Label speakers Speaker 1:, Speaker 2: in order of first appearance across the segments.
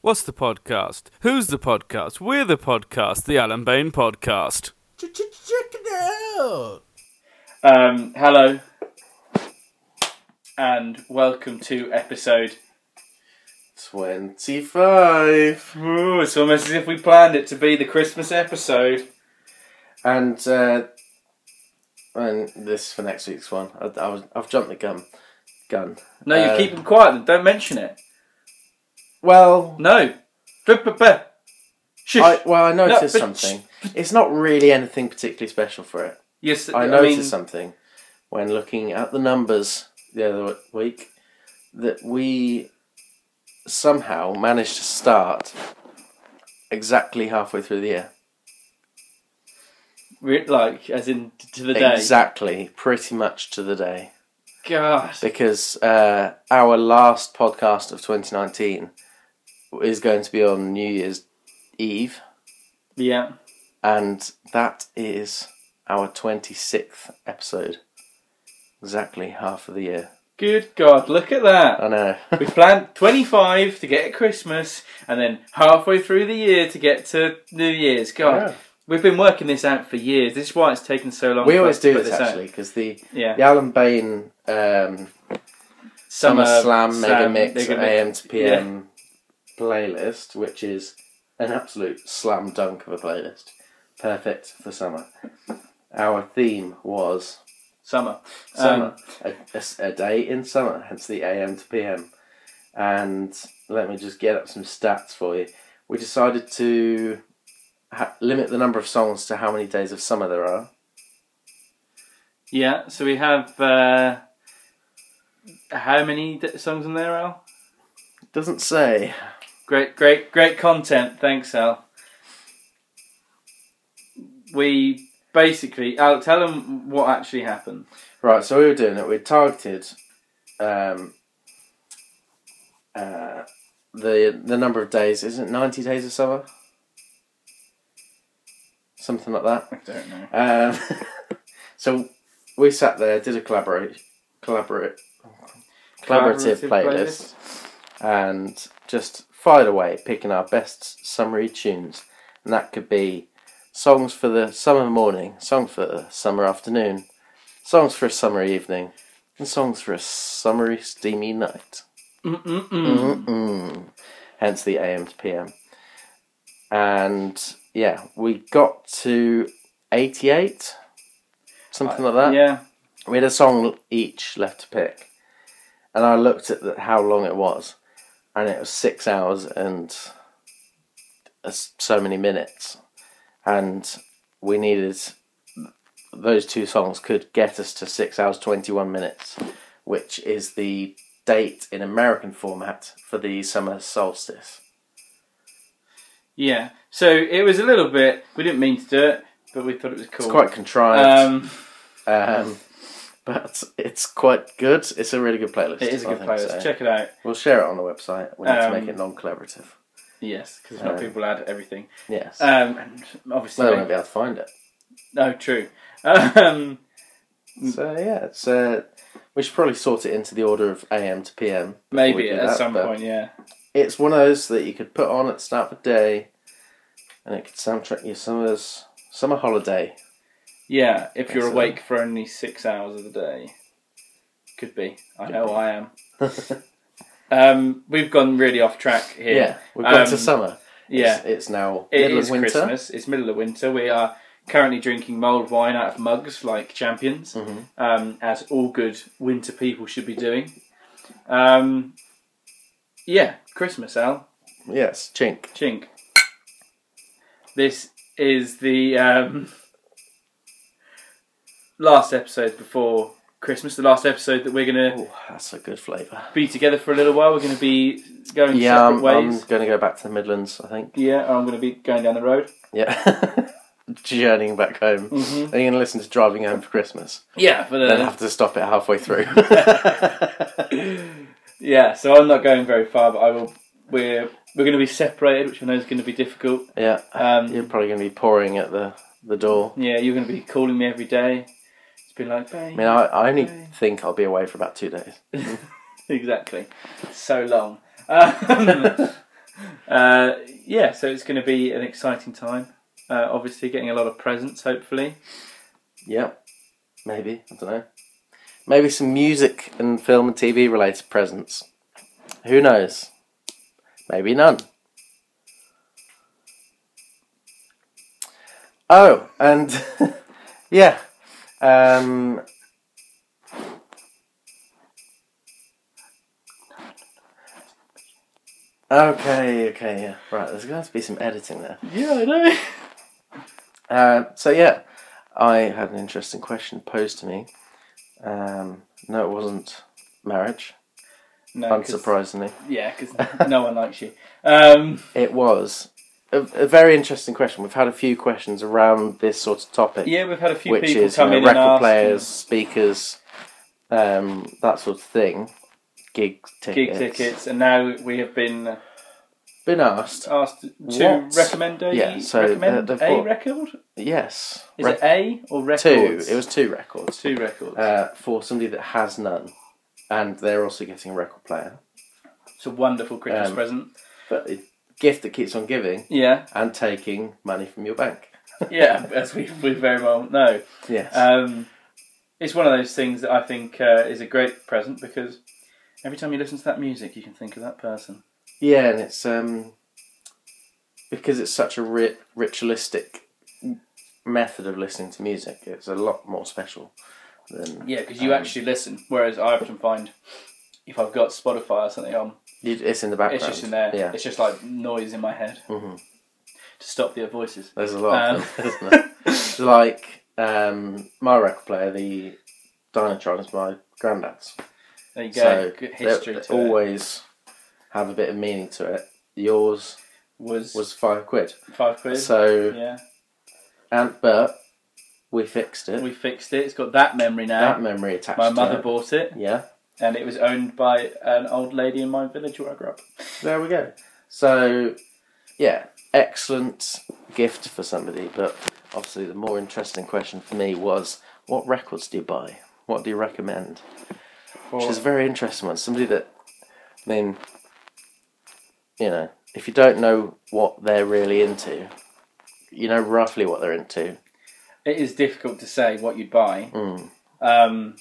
Speaker 1: What's the podcast? Who's the podcast? We're the podcast, the Alan Bain podcast.
Speaker 2: Ch- ch- Check it out.
Speaker 3: Um, hello, and welcome to episode.
Speaker 2: 25.
Speaker 3: Ooh, it's almost as if we planned it to be the Christmas episode.
Speaker 2: And, uh, and this for next week's one. I, I was, I've jumped the gun. Gun.
Speaker 3: No, you
Speaker 2: Uh,
Speaker 3: keep them quiet. Don't mention it.
Speaker 2: Well,
Speaker 3: No. Ba-ba-ba. Shush.
Speaker 2: I, well, I noticed
Speaker 3: but-
Speaker 2: something. It's not really anything particularly special for it.
Speaker 3: yes,
Speaker 2: I
Speaker 3: I
Speaker 2: noticed
Speaker 3: mean,
Speaker 2: something when looking at the numbers the other w- week that we somehow managed to start exactly halfway through the year.
Speaker 3: re- like as in t- to the day.
Speaker 2: Exactly, pretty much to the day.
Speaker 3: God.
Speaker 2: Because uh, our last podcast of 2019 is going to be on New Year's Eve,
Speaker 3: Yeah.
Speaker 2: and that is our 26th episode. Exactly half of the year.
Speaker 3: Good God, look at that.
Speaker 2: I know.
Speaker 3: We planned 25 to get at Christmas and then halfway through the year to get to New Year's. God,
Speaker 2: Yeah.
Speaker 3: we've been working this out for years. This is why it's taken so long.
Speaker 2: we
Speaker 3: for
Speaker 2: always
Speaker 3: us to
Speaker 2: do
Speaker 3: put
Speaker 2: this
Speaker 3: out.
Speaker 2: actually because the
Speaker 3: Yeah.
Speaker 2: the Alan Bain um, Summer, Slam Mega Mix AM to PM playlist, which is an absolute slam dunk of a playlist, perfect for summer. Our theme was
Speaker 3: Summer.
Speaker 2: summer,
Speaker 3: Um,
Speaker 2: a- a, s- a day in summer, hence the AM to PM. And let me just get up some stats for you. We decided to ha- limit the number of songs to how many days of summer there are.
Speaker 3: yeah, so we have. Uh, how many d- songs on there, Al?
Speaker 2: Doesn't say.
Speaker 3: Great, great, great content. Thanks, Al. We basically, Al, tell them what actually happened.
Speaker 2: Right, so we were doing it. We targeted um, uh, the the number of days. Isn't it ninety days of summer? Something like that.
Speaker 3: I don't know.
Speaker 2: Um, so we sat there, did a collaborate, collaborate, collaborative,
Speaker 3: Collaborative
Speaker 2: playlist, and just fired away, picking our best summery tunes, and that could be songs for the summer morning, songs for the summer afternoon, songs for a summer evening, and songs for a summery steamy night.
Speaker 3: Mm-mm-mm.
Speaker 2: Mm-mm. Hence the AM to PM. And yeah, we got to 88, something like that.
Speaker 3: Yeah.
Speaker 2: We had a song each left to pick. And I looked at the, how long it was, and it was six hours and uh, s- so many minutes. And we needed those two songs could get us to six hours 21 minutes, which is the date in American format for the summer solstice.
Speaker 3: Yeah. So it was a little bit. We didn't mean to do it, but we thought it was cool.
Speaker 2: It's quite contrived,
Speaker 3: Um,
Speaker 2: um, but it's quite good. It's a really good playlist.
Speaker 3: it is a
Speaker 2: I
Speaker 3: good
Speaker 2: think
Speaker 3: playlist.
Speaker 2: so.
Speaker 3: Check it out.
Speaker 2: We'll share it on the website. We need
Speaker 3: Um,
Speaker 2: to make it non-collaborative.
Speaker 3: Yes, because if not,
Speaker 2: Um,
Speaker 3: people add everything.
Speaker 2: Yes.
Speaker 3: Um, and obviously,
Speaker 2: well, they
Speaker 3: make-
Speaker 2: won't be able to find it.
Speaker 3: no, true. Um,
Speaker 2: So yeah, it's uh, we should probably sort it into the order of AM to PM. before we
Speaker 3: maybe
Speaker 2: do
Speaker 3: at
Speaker 2: that,
Speaker 3: some
Speaker 2: but
Speaker 3: point, yeah.
Speaker 2: It's one of those that you could put on at the start of the day, and it could soundtrack your summer's summer holiday.
Speaker 3: Yeah, if you're
Speaker 2: Yes, uh,
Speaker 3: awake for only six hours of the day, could be. I know I am. Um, we've gone really off track here.
Speaker 2: yeah, we've gone
Speaker 3: Um,
Speaker 2: to summer.
Speaker 3: Yeah.
Speaker 2: it's, it's now
Speaker 3: It
Speaker 2: middle
Speaker 3: is
Speaker 2: of winter.
Speaker 3: Christmas. It's middle of winter. We are currently drinking mulled wine out of mugs like champions,
Speaker 2: Mm-hmm.
Speaker 3: um, as all good winter people should be doing. Um, yeah, Christmas, Al.
Speaker 2: Yes, chink.
Speaker 3: Chink. This is the um, last episode before Christmas, the last episode that we're going to
Speaker 2: Oh, that's a good flavour.
Speaker 3: be together for a little while. We're going to be going
Speaker 2: Yeah,
Speaker 3: separate
Speaker 2: I'm,
Speaker 3: ways.
Speaker 2: going to go back to the Midlands. I think.
Speaker 3: yeah, I'm going to be going down the road.
Speaker 2: Yeah. Journeying back home. Are you
Speaker 3: Mm-hmm.
Speaker 2: going to listen to Driving Home for Christmas?
Speaker 3: Yeah, for the
Speaker 2: Then have to stop it halfway through.
Speaker 3: Yeah, so I'm not going very far, but I will. We're we're going to be separated, which I know is going to be difficult.
Speaker 2: yeah,
Speaker 3: Um,
Speaker 2: you're probably going to be pouring at the, the door.
Speaker 3: Yeah, you're going to be calling me every day. It's been like, babe.
Speaker 2: I mean, I, I only think I'll be away for about two days.
Speaker 3: exactly. So long. Um, Uh, yeah, so it's going to be an exciting time. Uh, obviously, getting a lot of presents, hopefully.
Speaker 2: Yeah, maybe I don't know. Maybe some music and film and TV related presents. Who knows? Maybe none. Oh, and yeah, um, okay, okay, yeah, right. There's gonna have to be some editing there.
Speaker 3: Yeah, I know.
Speaker 2: Uh, so yeah, I had an interesting question posed to me. Um, no, it wasn't marriage.
Speaker 3: No, 'cause-
Speaker 2: unsurprisingly,
Speaker 3: Yeah, because no one likes you. Um,
Speaker 2: it was a, a very interesting question. We've had a few questions around this sort of topic,
Speaker 3: yeah, we've had a few
Speaker 2: which
Speaker 3: people
Speaker 2: is you
Speaker 3: come
Speaker 2: know,
Speaker 3: in and
Speaker 2: record
Speaker 3: ask
Speaker 2: players, speakers, um, that sort of thing, gig
Speaker 3: gig
Speaker 2: tickets.
Speaker 3: tickets, and now we have been
Speaker 2: Been asked,
Speaker 3: asked to
Speaker 2: What?
Speaker 3: recommend a
Speaker 2: Yeah, so, uh,
Speaker 3: recommend
Speaker 2: they've
Speaker 3: a
Speaker 2: got-
Speaker 3: record.
Speaker 2: yes,
Speaker 3: Is
Speaker 2: Rec-
Speaker 3: it a or
Speaker 2: two.
Speaker 3: records?
Speaker 2: It was two records.
Speaker 3: two records.
Speaker 2: Uh, for somebody that has none, and they're also getting a record player.
Speaker 3: it's a wonderful Christmas
Speaker 2: um,
Speaker 3: present.
Speaker 2: But a gift that keeps on giving
Speaker 3: Yeah,
Speaker 2: and taking money from your bank.
Speaker 3: yeah, as we we very well know.
Speaker 2: Yes.
Speaker 3: Um, it's one of those things that I think uh, is a great present because every time you listen to that music, you can think of that person.
Speaker 2: yeah, and it's um because it's such a ri- ritualistic method of listening to music. It's a lot more special than
Speaker 3: Yeah, because you
Speaker 2: Um,
Speaker 3: actually listen. Whereas I often find if I've got Spotify or something on,
Speaker 2: you, it's in the background.
Speaker 3: it's just in there.
Speaker 2: Yeah,
Speaker 3: It's just like noise in my head
Speaker 2: Mhm.
Speaker 3: to stop the voices.
Speaker 2: there's a lot
Speaker 3: Um,
Speaker 2: of them, isn't there? It's like um, my record player, the Dynatron, is my granddad's.
Speaker 3: There you go.
Speaker 2: So
Speaker 3: Good
Speaker 2: they-
Speaker 3: history
Speaker 2: they
Speaker 3: to it.
Speaker 2: always have a bit of meaning to it. Yours
Speaker 3: was
Speaker 2: was five quid,
Speaker 3: five quid.
Speaker 2: so
Speaker 3: yeah,
Speaker 2: and but we fixed it.
Speaker 3: we fixed it. It's got that memory now.
Speaker 2: that memory attached.
Speaker 3: my
Speaker 2: to
Speaker 3: mother
Speaker 2: it.
Speaker 3: bought it,
Speaker 2: Yeah,
Speaker 3: and it was owned by an old lady in my village where I grew up.
Speaker 2: there we go. So yeah, excellent gift for somebody. But obviously, the more interesting question for me was, what records do you buy? What do you recommend? Which is a very interesting one. Somebody that, I mean, you know, if you don't know what they're really into, you know roughly what they're into.
Speaker 3: it is difficult to say what you'd buy.
Speaker 2: Mm.
Speaker 3: Um,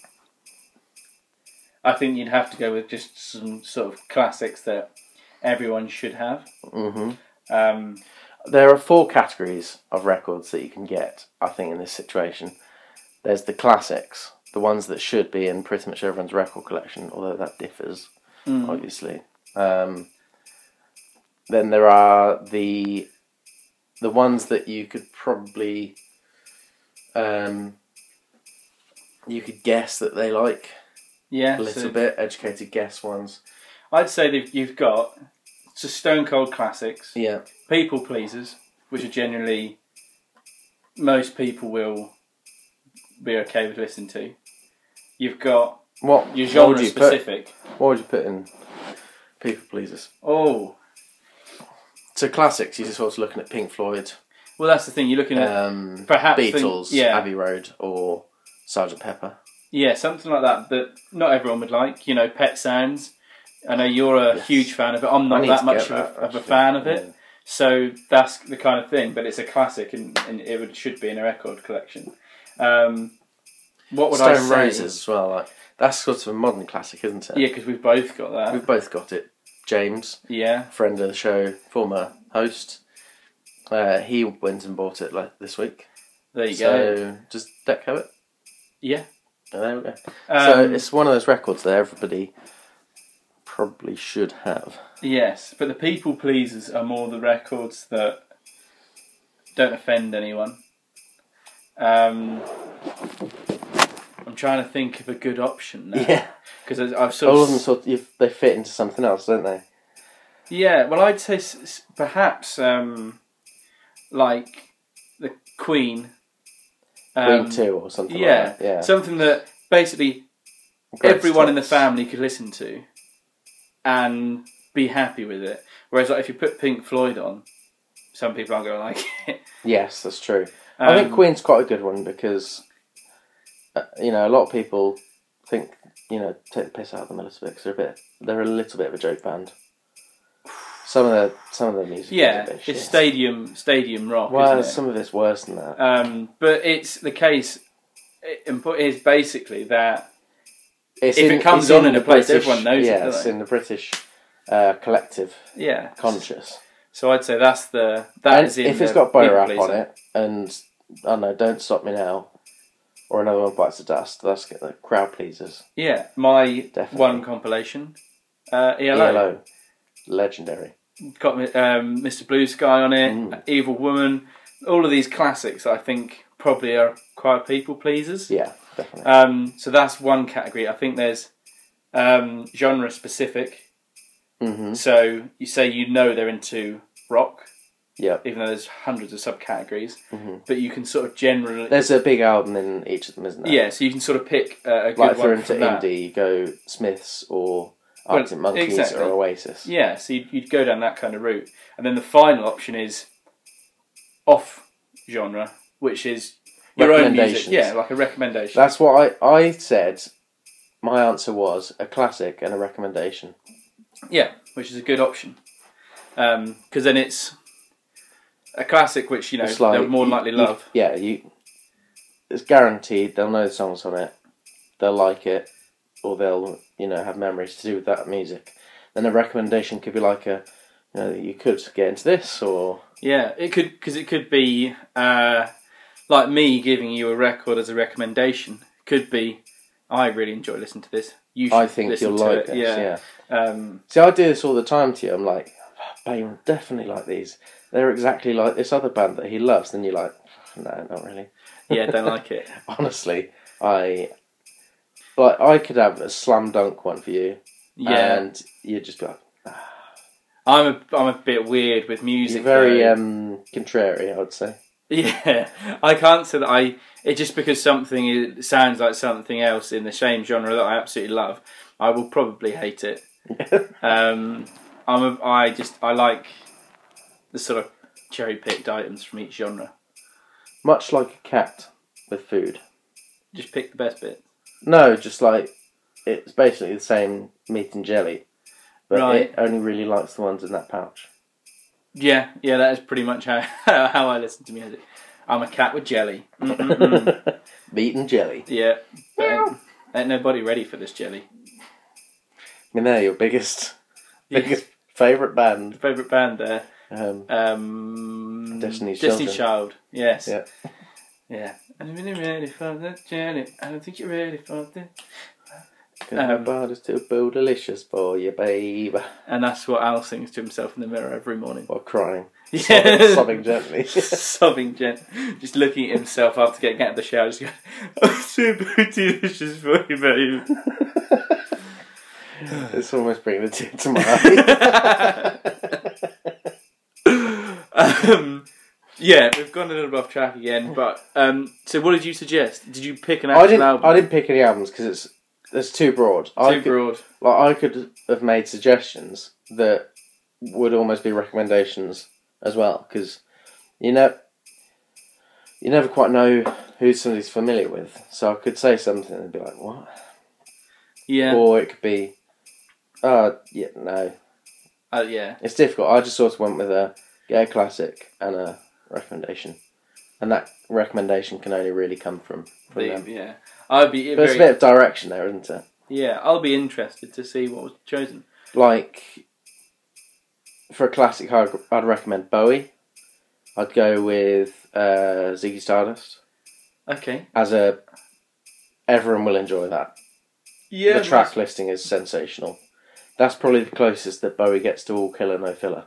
Speaker 3: I think you'd have to go with just some sort of classics that everyone should have.
Speaker 2: hmm
Speaker 3: Um,
Speaker 2: There are four categories of records that you can get, I think, in this situation. There's the classics, the ones that should be in pretty much everyone's record collection, although that differs,
Speaker 3: Mm.
Speaker 2: obviously. Um, then there are the the ones that you could probably um, you could guess that they like
Speaker 3: yeah, so
Speaker 2: a little bit, educated guess ones.
Speaker 3: I'd say that you've got so stone cold classics,
Speaker 2: Yeah,
Speaker 3: people pleasers, which are generally most people will be okay with listening to. You've got your
Speaker 2: what what would
Speaker 3: genre
Speaker 2: you
Speaker 3: specific.
Speaker 2: put? What would you put in people pleasers?
Speaker 3: Oh,
Speaker 2: So classics, you're just sort of looking at Pink Floyd,
Speaker 3: well, that's the thing. You're looking at
Speaker 2: um,
Speaker 3: Perhaps
Speaker 2: Beatles,
Speaker 3: think- yeah.
Speaker 2: Abbey Road, or Sergeant Pepper.
Speaker 3: Yeah, something like that that not everyone would like. You know, Pet Sounds. I know you're a
Speaker 2: Yes.
Speaker 3: huge fan of it. I'm
Speaker 2: I
Speaker 3: not
Speaker 2: need
Speaker 3: that
Speaker 2: to
Speaker 3: much
Speaker 2: get
Speaker 3: of, a- of
Speaker 2: that,
Speaker 3: a
Speaker 2: actually.
Speaker 3: fan of it.
Speaker 2: Yeah.
Speaker 3: So that's the kind of thing. But it's a classic, and, and it would, should be in a record collection. Um, what would I
Speaker 2: Stone
Speaker 3: say?
Speaker 2: Roses as well. Like that's sort of a modern classic, isn't it?
Speaker 3: Yeah, because we've both got that.
Speaker 2: We've both got it. James,
Speaker 3: Yeah,
Speaker 2: friend of the show, former host, uh, he went and bought it like this week.
Speaker 3: there you
Speaker 2: so
Speaker 3: go.
Speaker 2: does Deck have it?
Speaker 3: Yeah.
Speaker 2: There we go. so
Speaker 3: Um,
Speaker 2: it's one of those records that everybody probably should have.
Speaker 3: yes, but the people pleasers are more the records that don't offend anyone. Um, I'm trying to think of a good option now.
Speaker 2: Yeah,
Speaker 3: because I've sort
Speaker 2: all
Speaker 3: of,
Speaker 2: of them sort of they fit into something else, don't they?
Speaker 3: yeah. Well, I'd say s- s- perhaps um, like the Queen.
Speaker 2: Queen
Speaker 3: Um,
Speaker 2: two or something.
Speaker 3: yeah,
Speaker 2: like that. yeah.
Speaker 3: something that basically
Speaker 2: Great
Speaker 3: everyone in the
Speaker 2: stuff.
Speaker 3: family could listen to and be happy with it. Whereas, like, if you put Pink Floyd on, some people aren't going to like it.
Speaker 2: Yes, that's true. I think
Speaker 3: Um,
Speaker 2: Queen's quite a good one because, uh, you know, a lot of people think you know take the piss out of them a little bit because they're a bit they're a little bit of a joke band. Some of the some of the music.
Speaker 3: Yeah,
Speaker 2: is a bit shit.
Speaker 3: it's stadium stadium rock.
Speaker 2: Well,
Speaker 3: isn't it?
Speaker 2: some of it's worse than that.
Speaker 3: Um, but it's the case. It, and put is basically that
Speaker 2: It's
Speaker 3: if it comes
Speaker 2: it's
Speaker 3: on in
Speaker 2: the
Speaker 3: a place, everyone knows it,
Speaker 2: Yeah,
Speaker 3: don't
Speaker 2: it's
Speaker 3: they?
Speaker 2: in the British uh, collective
Speaker 3: yeah.
Speaker 2: conscious.
Speaker 3: So I'd say that's the that
Speaker 2: And
Speaker 3: is in
Speaker 2: if
Speaker 3: the
Speaker 2: it's got butter
Speaker 3: people
Speaker 2: wrap on
Speaker 3: pleaser.
Speaker 2: it, and I don't know, don't stop me now, or another one bites the dust. That's get the crowd pleasers.
Speaker 3: Yeah, my
Speaker 2: Definitely. E
Speaker 3: one compilation, uh, ELO,
Speaker 2: Hello, legendary.
Speaker 3: got um, Mr. Blue Sky on it, Evil Woman, all of these classics. that I think probably are quite people pleasers.
Speaker 2: Yeah, definitely.
Speaker 3: Um, so that's one category. I think there's um, genre specific.
Speaker 2: Mhm.
Speaker 3: So you say you know they're into rock,
Speaker 2: yeah,
Speaker 3: even though there's hundreds of subcategories,
Speaker 2: Mm-hmm.
Speaker 3: but you can sort of generally
Speaker 2: there's a big album in each of them, isn't there?
Speaker 3: yeah. So you can sort of pick uh, a good
Speaker 2: like if
Speaker 3: one
Speaker 2: you're into
Speaker 3: from that.
Speaker 2: indie, you go Smiths or Arctic Monkeys
Speaker 3: exactly.
Speaker 2: or Oasis.
Speaker 3: Yeah, so you'd, you'd go down that kind of route, and then the final option is off genre, which is your own music.
Speaker 2: Recommendations.
Speaker 3: Yeah, like a recommendation.
Speaker 2: That's what I, I said. My answer was a classic and a recommendation.
Speaker 3: Yeah, which is a good option. Because then it's a classic which, you know,
Speaker 2: It's like-
Speaker 3: they'll more than likely
Speaker 2: you-
Speaker 3: love.
Speaker 2: Yeah, you. It's guaranteed they'll know the songs on it, they'll like it, or they'll you know have memories to do with that music. Then a recommendation could be like a, you know, you could get into this or
Speaker 3: Yeah, it could, because it could be uh, like me giving you a record as a recommendation. Could be, I really enjoy listening to this. You should
Speaker 2: I think
Speaker 3: listen
Speaker 2: you'll
Speaker 3: to
Speaker 2: like
Speaker 3: it.
Speaker 2: this.
Speaker 3: Yeah.
Speaker 2: yeah.
Speaker 3: Um,
Speaker 2: See, I do this all the time to you. I'm like, but you definitely like these. They're exactly like this other band that he loves. Then you're like, no, not really.
Speaker 3: yeah, don't like it.
Speaker 2: Honestly, I like I could have a slam dunk one for you,
Speaker 3: Yeah,
Speaker 2: and you'd just be like,
Speaker 3: I'm a, I'm a bit weird with music.
Speaker 2: you're very
Speaker 3: though.
Speaker 2: um, contrary. I would say.
Speaker 3: Yeah, I can't say that I. It just because something is, sounds like something else in the same genre that I absolutely love, I will probably hate it. um, I'm a, I just I like the sort of cherry picked items from each genre.
Speaker 2: Much like a cat with food.
Speaker 3: Just pick the best bit.
Speaker 2: No, just like it's basically the same meat and jelly, but
Speaker 3: Right.
Speaker 2: it only really likes the ones in that pouch.
Speaker 3: Yeah, yeah, that is pretty much how how I listen to music. I'm a cat with jelly. Mm-mm-mm.
Speaker 2: Mm-hmm. Meat and jelly.
Speaker 3: yeah, but ain't, ain't nobody ready for this jelly.
Speaker 2: I mean, they're your biggest,
Speaker 3: Your
Speaker 2: biggest favorite band.
Speaker 3: favorite band there.
Speaker 2: Um,
Speaker 3: Um,
Speaker 2: Destiny's Children.
Speaker 3: Child. Yes.
Speaker 2: Yeah.
Speaker 3: Yeah. I'm really ready for the journey. I don't think you're ready for the. Um,
Speaker 2: Um, is still boo delicious for you, babe.
Speaker 3: And that's what Al sings to himself in the mirror every morning.
Speaker 2: While crying,
Speaker 3: Yeah.
Speaker 2: sobbing gently.
Speaker 3: Sobbing gent, just looking at himself after getting out of the shower, just going, "I'm so delicious for you, babe."
Speaker 2: it's almost bringing a tear to my eye.
Speaker 3: Um, yeah, we've gone a little bit off track again, but um, so what did you suggest? Did you pick an actual
Speaker 2: I didn't.
Speaker 3: album?
Speaker 2: I didn't pick any albums because it's it's too broad. I
Speaker 3: Too
Speaker 2: could,
Speaker 3: broad.
Speaker 2: Like I could have made suggestions that would almost be recommendations as well because you know you never quite know who somebody's familiar with. So I could say something and be like, "What?"
Speaker 3: Yeah.
Speaker 2: Or it could be, "Oh, yeah, no,
Speaker 3: uh, yeah.
Speaker 2: It's difficult. I just sort of went with a get a classic and a recommendation, and that recommendation can only really come from from
Speaker 3: The,
Speaker 2: them.
Speaker 3: yeah. I'd be
Speaker 2: But it's
Speaker 3: very,
Speaker 2: a bit of direction there, isn't it?
Speaker 3: yeah. I'll be interested to see what was chosen.
Speaker 2: Like for a classic, I'd, I'd recommend Bowie. I'd go with uh, Ziggy Stardust
Speaker 3: Okay.
Speaker 2: as a. Everyone will enjoy that.
Speaker 3: Yeah.
Speaker 2: the track listing is sensational. That's probably the closest that Bowie gets to all killer no filler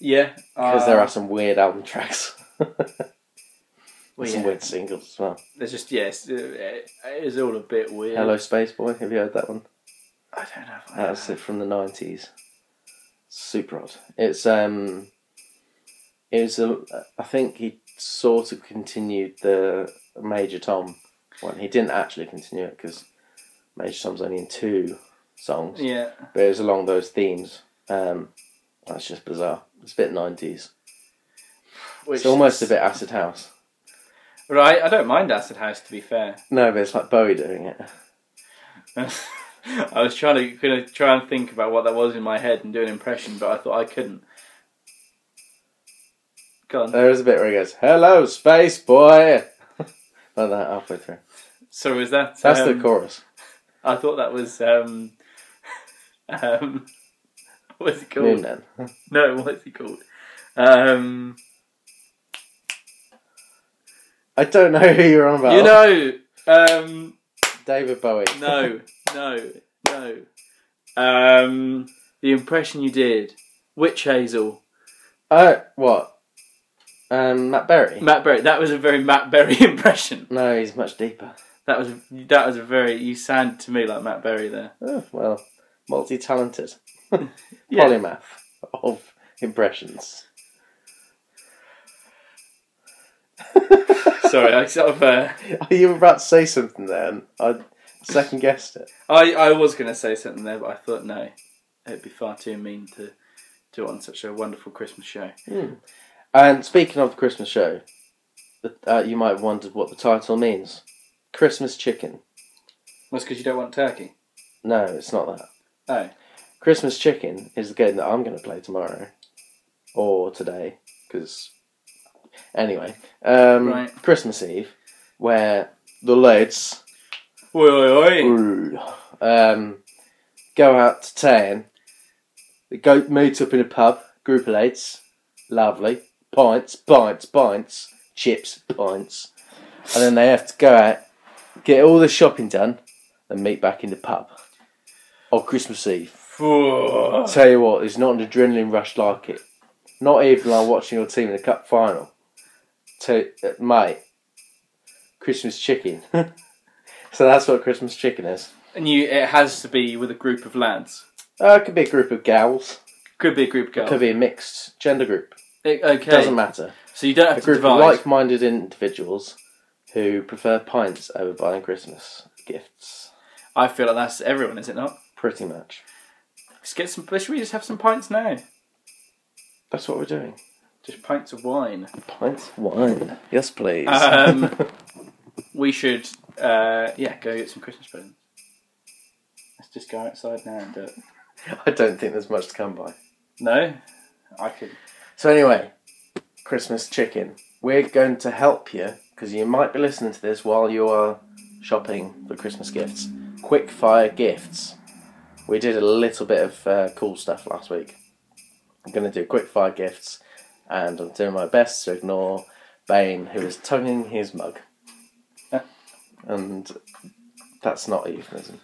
Speaker 3: Yeah,
Speaker 2: because
Speaker 3: uh,
Speaker 2: there are some weird album tracks,
Speaker 3: well,
Speaker 2: some
Speaker 3: yeah.
Speaker 2: weird singles as well.
Speaker 3: There's just yes, it is all a bit weird.
Speaker 2: Hello Space Boy, have you heard that one?
Speaker 3: I don't know. If I
Speaker 2: That's it from the nineties. Super odd. It's um it was a I think he sort of continued the Major Tom one. He didn't actually continue it because Major Tom's only in two songs.
Speaker 3: Yeah,
Speaker 2: But it was along those themes. Um that's just bizarre. It's a bit nineties.
Speaker 3: which
Speaker 2: It's almost a bit acid house.
Speaker 3: right. I don't mind Acid House to be fair.
Speaker 2: No, but it's like Bowie doing it.
Speaker 3: I was trying to gonna try and think about what that was in my head and do an impression, but I thought I couldn't. Go on.
Speaker 2: There is a bit where he goes, "Hello, space boy," like that halfway through.
Speaker 3: So was that?
Speaker 2: That's
Speaker 3: um,
Speaker 2: the chorus.
Speaker 3: I thought that was um, um, what's it called?
Speaker 2: Noon then.
Speaker 3: No, what's it called? Um,
Speaker 2: I don't know who you're on about.
Speaker 3: you know, um,
Speaker 2: David Bowie.
Speaker 3: no, no, no. Um, the impression you did, Witch Hazel,
Speaker 2: Oh, what? Um, Matt Berry.
Speaker 3: Matt Berry. That was a very Matt Berry impression.
Speaker 2: no, he's much deeper.
Speaker 3: That was that was a very. You sounded to me like Matt Berry there.
Speaker 2: Oh, well, multi-talented,
Speaker 3: Yeah.
Speaker 2: polymath of impressions.
Speaker 3: Sorry, I sort of. Uh,
Speaker 2: you were about to say something then. I second guessed it.
Speaker 3: I I was going to say something there, but I thought no, it'd be far too mean to do it on such a wonderful Christmas show.
Speaker 2: And speaking of the Christmas show, uh, you might have wondered what the title means. Christmas chicken.
Speaker 3: That's because you don't want turkey.
Speaker 2: No, it's not that.
Speaker 3: Oh,
Speaker 2: Christmas Chicken is the game that I'm going to play tomorrow or today because anyway, um,
Speaker 3: Right.
Speaker 2: Christmas Eve, where the lads
Speaker 3: oi oi oi!
Speaker 2: ooh, um, go out to town, they go meet up in a pub, group of lads, lovely pints, pints, pints, chips, pints, and then they have to go out, get all the shopping done, and meet back in the pub on Christmas Eve.
Speaker 3: Phew.
Speaker 2: Tell you what, there's not an adrenaline rush like it. Not even like watching your team in the cup final. To uh, mate, Christmas chicken. so that's what Christmas chicken is.
Speaker 3: And you, it has to be with a group of lads.
Speaker 2: Uh, it could be a group of gals.
Speaker 3: Could be a group of
Speaker 2: Could
Speaker 3: girls.
Speaker 2: be a mixed gender group.
Speaker 3: It- okay,
Speaker 2: Doesn't matter.
Speaker 3: so you don't
Speaker 2: A
Speaker 3: have to
Speaker 2: group of
Speaker 3: divide.
Speaker 2: like-minded individuals who prefer pints over buying Christmas gifts.
Speaker 3: I feel like that's everyone, is it not?
Speaker 2: Pretty much.
Speaker 3: Let's get some. Should we just have some pints now?
Speaker 2: That's what we're doing.
Speaker 3: Just pints of wine.
Speaker 2: Pints, wine. Yes, please.
Speaker 3: Um, we should, uh, yeah, go get some Christmas presents. Let's just go outside now and do it.
Speaker 2: I don't think there's much to come by.
Speaker 3: No, I could.
Speaker 2: So anyway, Christmas chicken. We're going to help you because you might be listening to this while you are shopping for Christmas gifts. Quick fire gifts. We did a little bit of uh, cool stuff last week. I'm going to do quick fire gifts, and I'm doing my best to ignore Bane, who is tonguing his mug. and that's not a euphemism.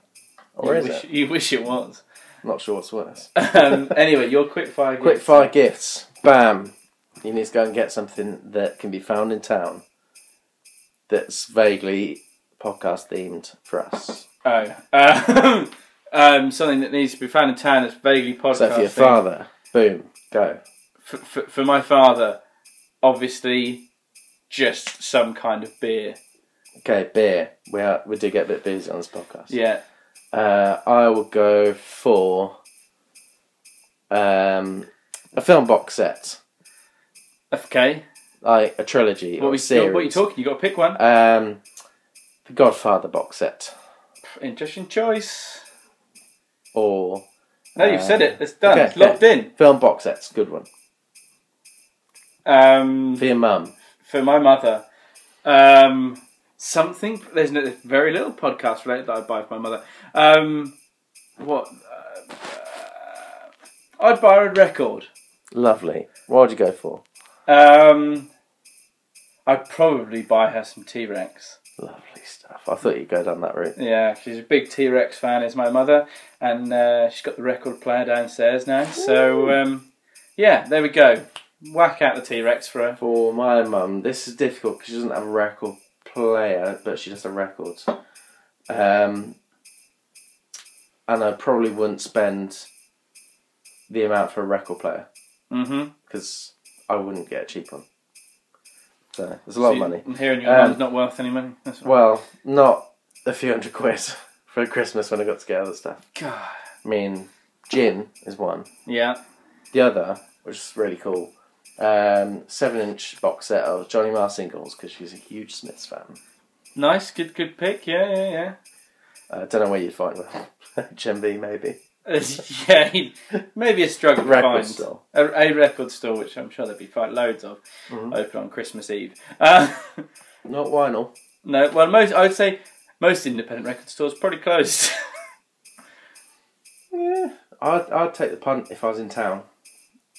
Speaker 2: or
Speaker 3: you
Speaker 2: is
Speaker 3: wish,
Speaker 2: it?
Speaker 3: You wish it was.
Speaker 2: Not sure what's worse.
Speaker 3: Um, anyway, your quick fire.
Speaker 2: Quick fire gifts. Bam. You need to go and get something that can be found in town that's vaguely podcast themed for us.
Speaker 3: Oh, uh, um, something that needs to be found in town that's vaguely podcast.
Speaker 2: So for your father, boom, go.
Speaker 3: for, for, for my father, obviously, just some kind of beer.
Speaker 2: Okay, beer. We are, we do get a bit busy on this podcast.
Speaker 3: Yeah,
Speaker 2: Uh, I will go for um, a film box set,
Speaker 3: okay.
Speaker 2: like a trilogy
Speaker 3: What,
Speaker 2: or
Speaker 3: we,
Speaker 2: a series.
Speaker 3: what are you talking? You got to pick one.
Speaker 2: Um, the Godfather box set,
Speaker 3: Interesting choice.
Speaker 2: or
Speaker 3: No, you've
Speaker 2: Uh,
Speaker 3: said it. It's done.
Speaker 2: okay,
Speaker 3: it's locked in.
Speaker 2: film box sets. Good one
Speaker 3: Um,
Speaker 2: for your mum.
Speaker 3: for my mother, um, something. There's, no, there's very little podcast related that I buy for my mother. Um, what? Uh, uh, I'd buy her a record.
Speaker 2: Lovely. What would you go for?
Speaker 3: Um, I'd probably buy her some T Rex.
Speaker 2: Lovely stuff. I thought you'd go down that route.
Speaker 3: Yeah, she's a big T Rex fan, is my mother, and uh, she's got the record player downstairs now. So, um, yeah, there we go. Whack out the T Rex for her.
Speaker 2: For my mum, this is difficult because she doesn't have a record player, but she does have records. Um, and I probably wouldn't spend the amount for a record player
Speaker 3: Mm-hmm.
Speaker 2: because I wouldn't get a cheap one. So there's a lot of money.
Speaker 3: I'm hearing your
Speaker 2: Um,
Speaker 3: mum's not worth any money. That's what-
Speaker 2: Well, not a few hundred quid for Christmas when I got to get other stuff.
Speaker 3: God.
Speaker 2: I mean, gin is one.
Speaker 3: Yeah.
Speaker 2: The other, which is really cool, um, seven inch box set of Johnny Marr singles because she's a huge Smiths fan.
Speaker 3: Nice, good, good pick. Yeah, yeah, yeah.
Speaker 2: I don't know where you'd find one. HMV maybe.
Speaker 3: yeah, he- maybe a struggle to
Speaker 2: Record
Speaker 3: find
Speaker 2: store.
Speaker 3: A, a record store, which I'm sure there'd be quite loads of,
Speaker 2: Mm-hmm.
Speaker 3: open on Christmas Eve. Uh,
Speaker 2: Not vinyl.
Speaker 3: no, well, most I would say most independent record stores probably closed.
Speaker 2: Yeah, I'd, I'd take the punt if I was in town.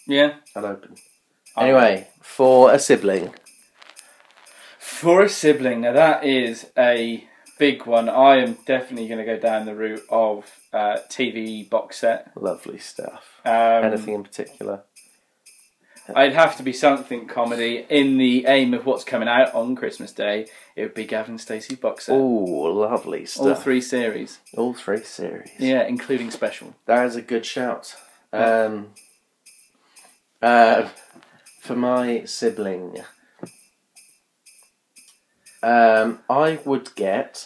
Speaker 3: yeah,
Speaker 2: I'd open. Anyway, for a sibling.
Speaker 3: for a sibling, now that is a big one. I am definitely going to go down the route of uh, TV box set.
Speaker 2: Lovely stuff.
Speaker 3: Um,
Speaker 2: Anything in particular?
Speaker 3: I'd have to be something comedy in the aim of what's coming out on Christmas Day. It would be Gavin Stacey box set.
Speaker 2: Oh, lovely stuff.
Speaker 3: uh, All three series.
Speaker 2: All three series.
Speaker 3: Yeah, including special.
Speaker 2: That is a good shout. Um, uh, for my sibling, um, I would get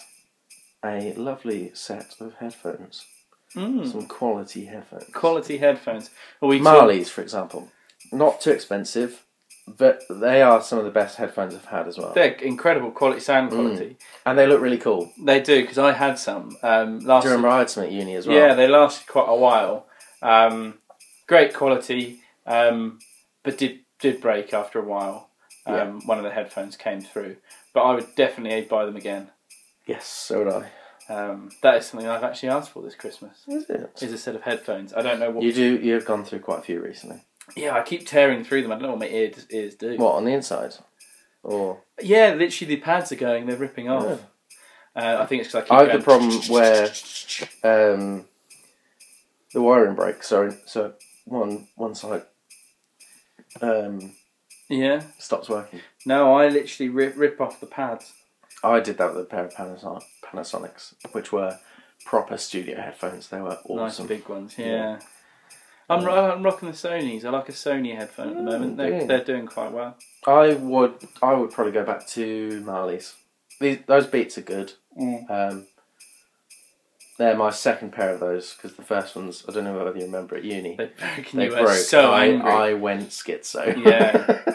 Speaker 2: a lovely set of headphones. Some quality headphones.
Speaker 3: Quality headphones. Are we
Speaker 2: Marley's, for example. Not too expensive, but they are some of the best headphones I've had as well.
Speaker 3: talk- They're incredible quality sound quality.
Speaker 2: and they look really cool.
Speaker 3: They do because I had some um, last.
Speaker 2: During rides at uni as well.
Speaker 3: Yeah, they lasted quite a while. Um, great quality, um, but did did break after a while. Um,
Speaker 2: Yeah.
Speaker 3: One of the headphones came through, but I would definitely buy them again.
Speaker 2: Yes, so would I.
Speaker 3: Um, that is something I've actually asked for this Christmas.
Speaker 2: Is it?
Speaker 3: Is a set of headphones. I don't know what.
Speaker 2: You do. You've gone through quite a few recently.
Speaker 3: Yeah, I keep tearing through them. I don't know what my ear, ears do.
Speaker 2: What on the inside? Or
Speaker 3: Yeah, literally the pads are going. They're ripping off. Uh, I think it's because I keep.
Speaker 2: I had
Speaker 3: going-
Speaker 2: the problem where um, the wiring breaks. So so one one side um,
Speaker 3: Yeah.
Speaker 2: stops working.
Speaker 3: No, I literally rip, rip off the pads.
Speaker 2: I did that with a pair of Panasonic, Panasonics, which were proper studio headphones. They were
Speaker 3: Nice
Speaker 2: awesome.
Speaker 3: big ones. Yeah. I'm, ro- I'm rocking the Sony's. I like a Sony headphone at the
Speaker 2: Oh,
Speaker 3: moment. They're,
Speaker 2: yeah.
Speaker 3: they're doing quite well.
Speaker 2: I would I would probably go back to Marley's. These, those beats are good.
Speaker 3: Mm.
Speaker 2: Um, they're my second pair of those because the first ones I don't know whether you remember at uni.
Speaker 3: They broke. and
Speaker 2: They
Speaker 3: you were
Speaker 2: broke.
Speaker 3: so
Speaker 2: I,
Speaker 3: angry. I,
Speaker 2: I went schizo.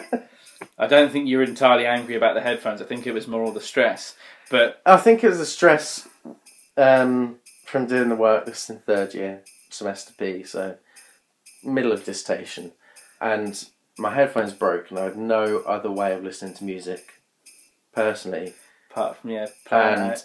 Speaker 3: Yeah. don't think you were entirely angry about the headphones. I think it was more all the stress. But
Speaker 2: I think it was the stress um, from doing the work this in third year, semester B, so middle of dissertation. And my headphones broke, and I had no other way of listening to music personally.
Speaker 3: apart from yeah,
Speaker 2: And-
Speaker 3: plan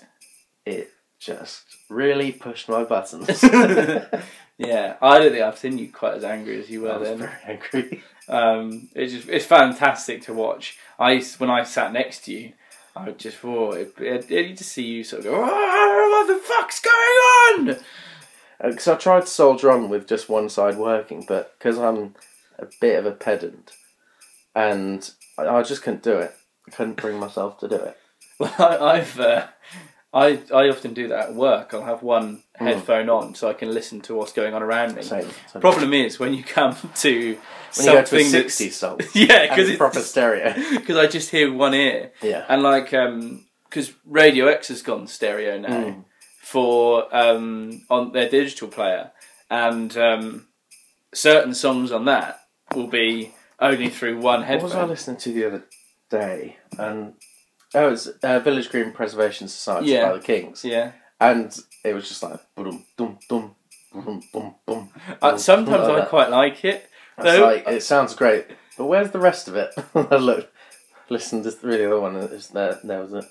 Speaker 2: It just really pushed my buttons.
Speaker 3: yeah. I don't think I've seen you quite as angry as you
Speaker 2: I
Speaker 3: were
Speaker 2: was
Speaker 3: then.
Speaker 2: very angry.
Speaker 3: Um, it's just it's fantastic to watch. I used- when I sat next to you, I would just oh, it, it, it, you just see you sort of go, oh, what the fuck's going on?
Speaker 2: Because Uh, I tried to soldier on with just one side working, but because I'm a bit of a pedant, and I, I just couldn't do it. I couldn't bring myself to do it.
Speaker 3: Well, I, I've uh, I I often do that at work. I'll have one headphone on so I can listen to what's going on around me.
Speaker 2: Hmm. Same. same.
Speaker 3: Problem is when you come to
Speaker 2: when you go to a
Speaker 3: something that's-
Speaker 2: 60s song.
Speaker 3: yeah,
Speaker 2: because
Speaker 3: because
Speaker 2: it's proper stereo.
Speaker 3: because I just hear one ear.
Speaker 2: Yeah.
Speaker 3: And like, um 'cause because Radio X has gone stereo now
Speaker 2: Hmm.
Speaker 3: for um on their digital player, and um certain songs on that will be only through one
Speaker 2: What was I
Speaker 3: headphone.
Speaker 2: listening to the other day? And oh, it's uh, Village Green Preservation Society
Speaker 3: Yeah.
Speaker 2: by the Kings,
Speaker 3: Yeah.
Speaker 2: and it was just like boom, dum, dum, boom, boom, boom.
Speaker 3: Uh, sometimes I quite like it.
Speaker 2: It's
Speaker 3: though.
Speaker 2: like it sounds great, but where's the rest of it? I look, listened to the other one, and it's there, there was it.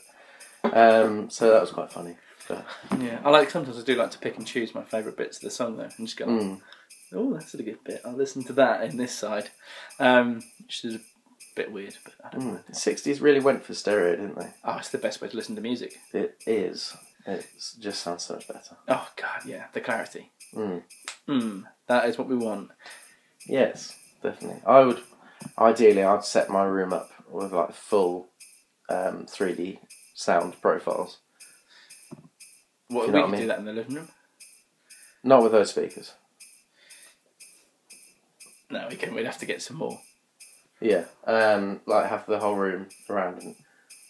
Speaker 2: Um, so that was quite funny. But
Speaker 3: Yeah, I like sometimes I do like to pick and choose my favourite bits of the song though, and just go,
Speaker 2: Mm.
Speaker 3: oh, that's a good bit. I'll listen to that in this side, um, which is a bit weird, but I don't know.
Speaker 2: the '60s hmm, really went for stereo, didn't they?
Speaker 3: Oh, it's the best way to listen to music.
Speaker 2: It is. It just sounds so much better.
Speaker 3: Oh God, yeah, the clarity.
Speaker 2: Mm.
Speaker 3: Mm, that is what we want.
Speaker 2: Yes, definitely. I would ideally I'd set my room up with like full um, 3D sound profiles,
Speaker 3: What, we
Speaker 2: Do you know what I
Speaker 3: could
Speaker 2: mean?
Speaker 3: do that in the living room.
Speaker 2: not with those speakers.
Speaker 3: No, we can. We'd have to get some more.
Speaker 2: Yeah, um, like have the whole room around, and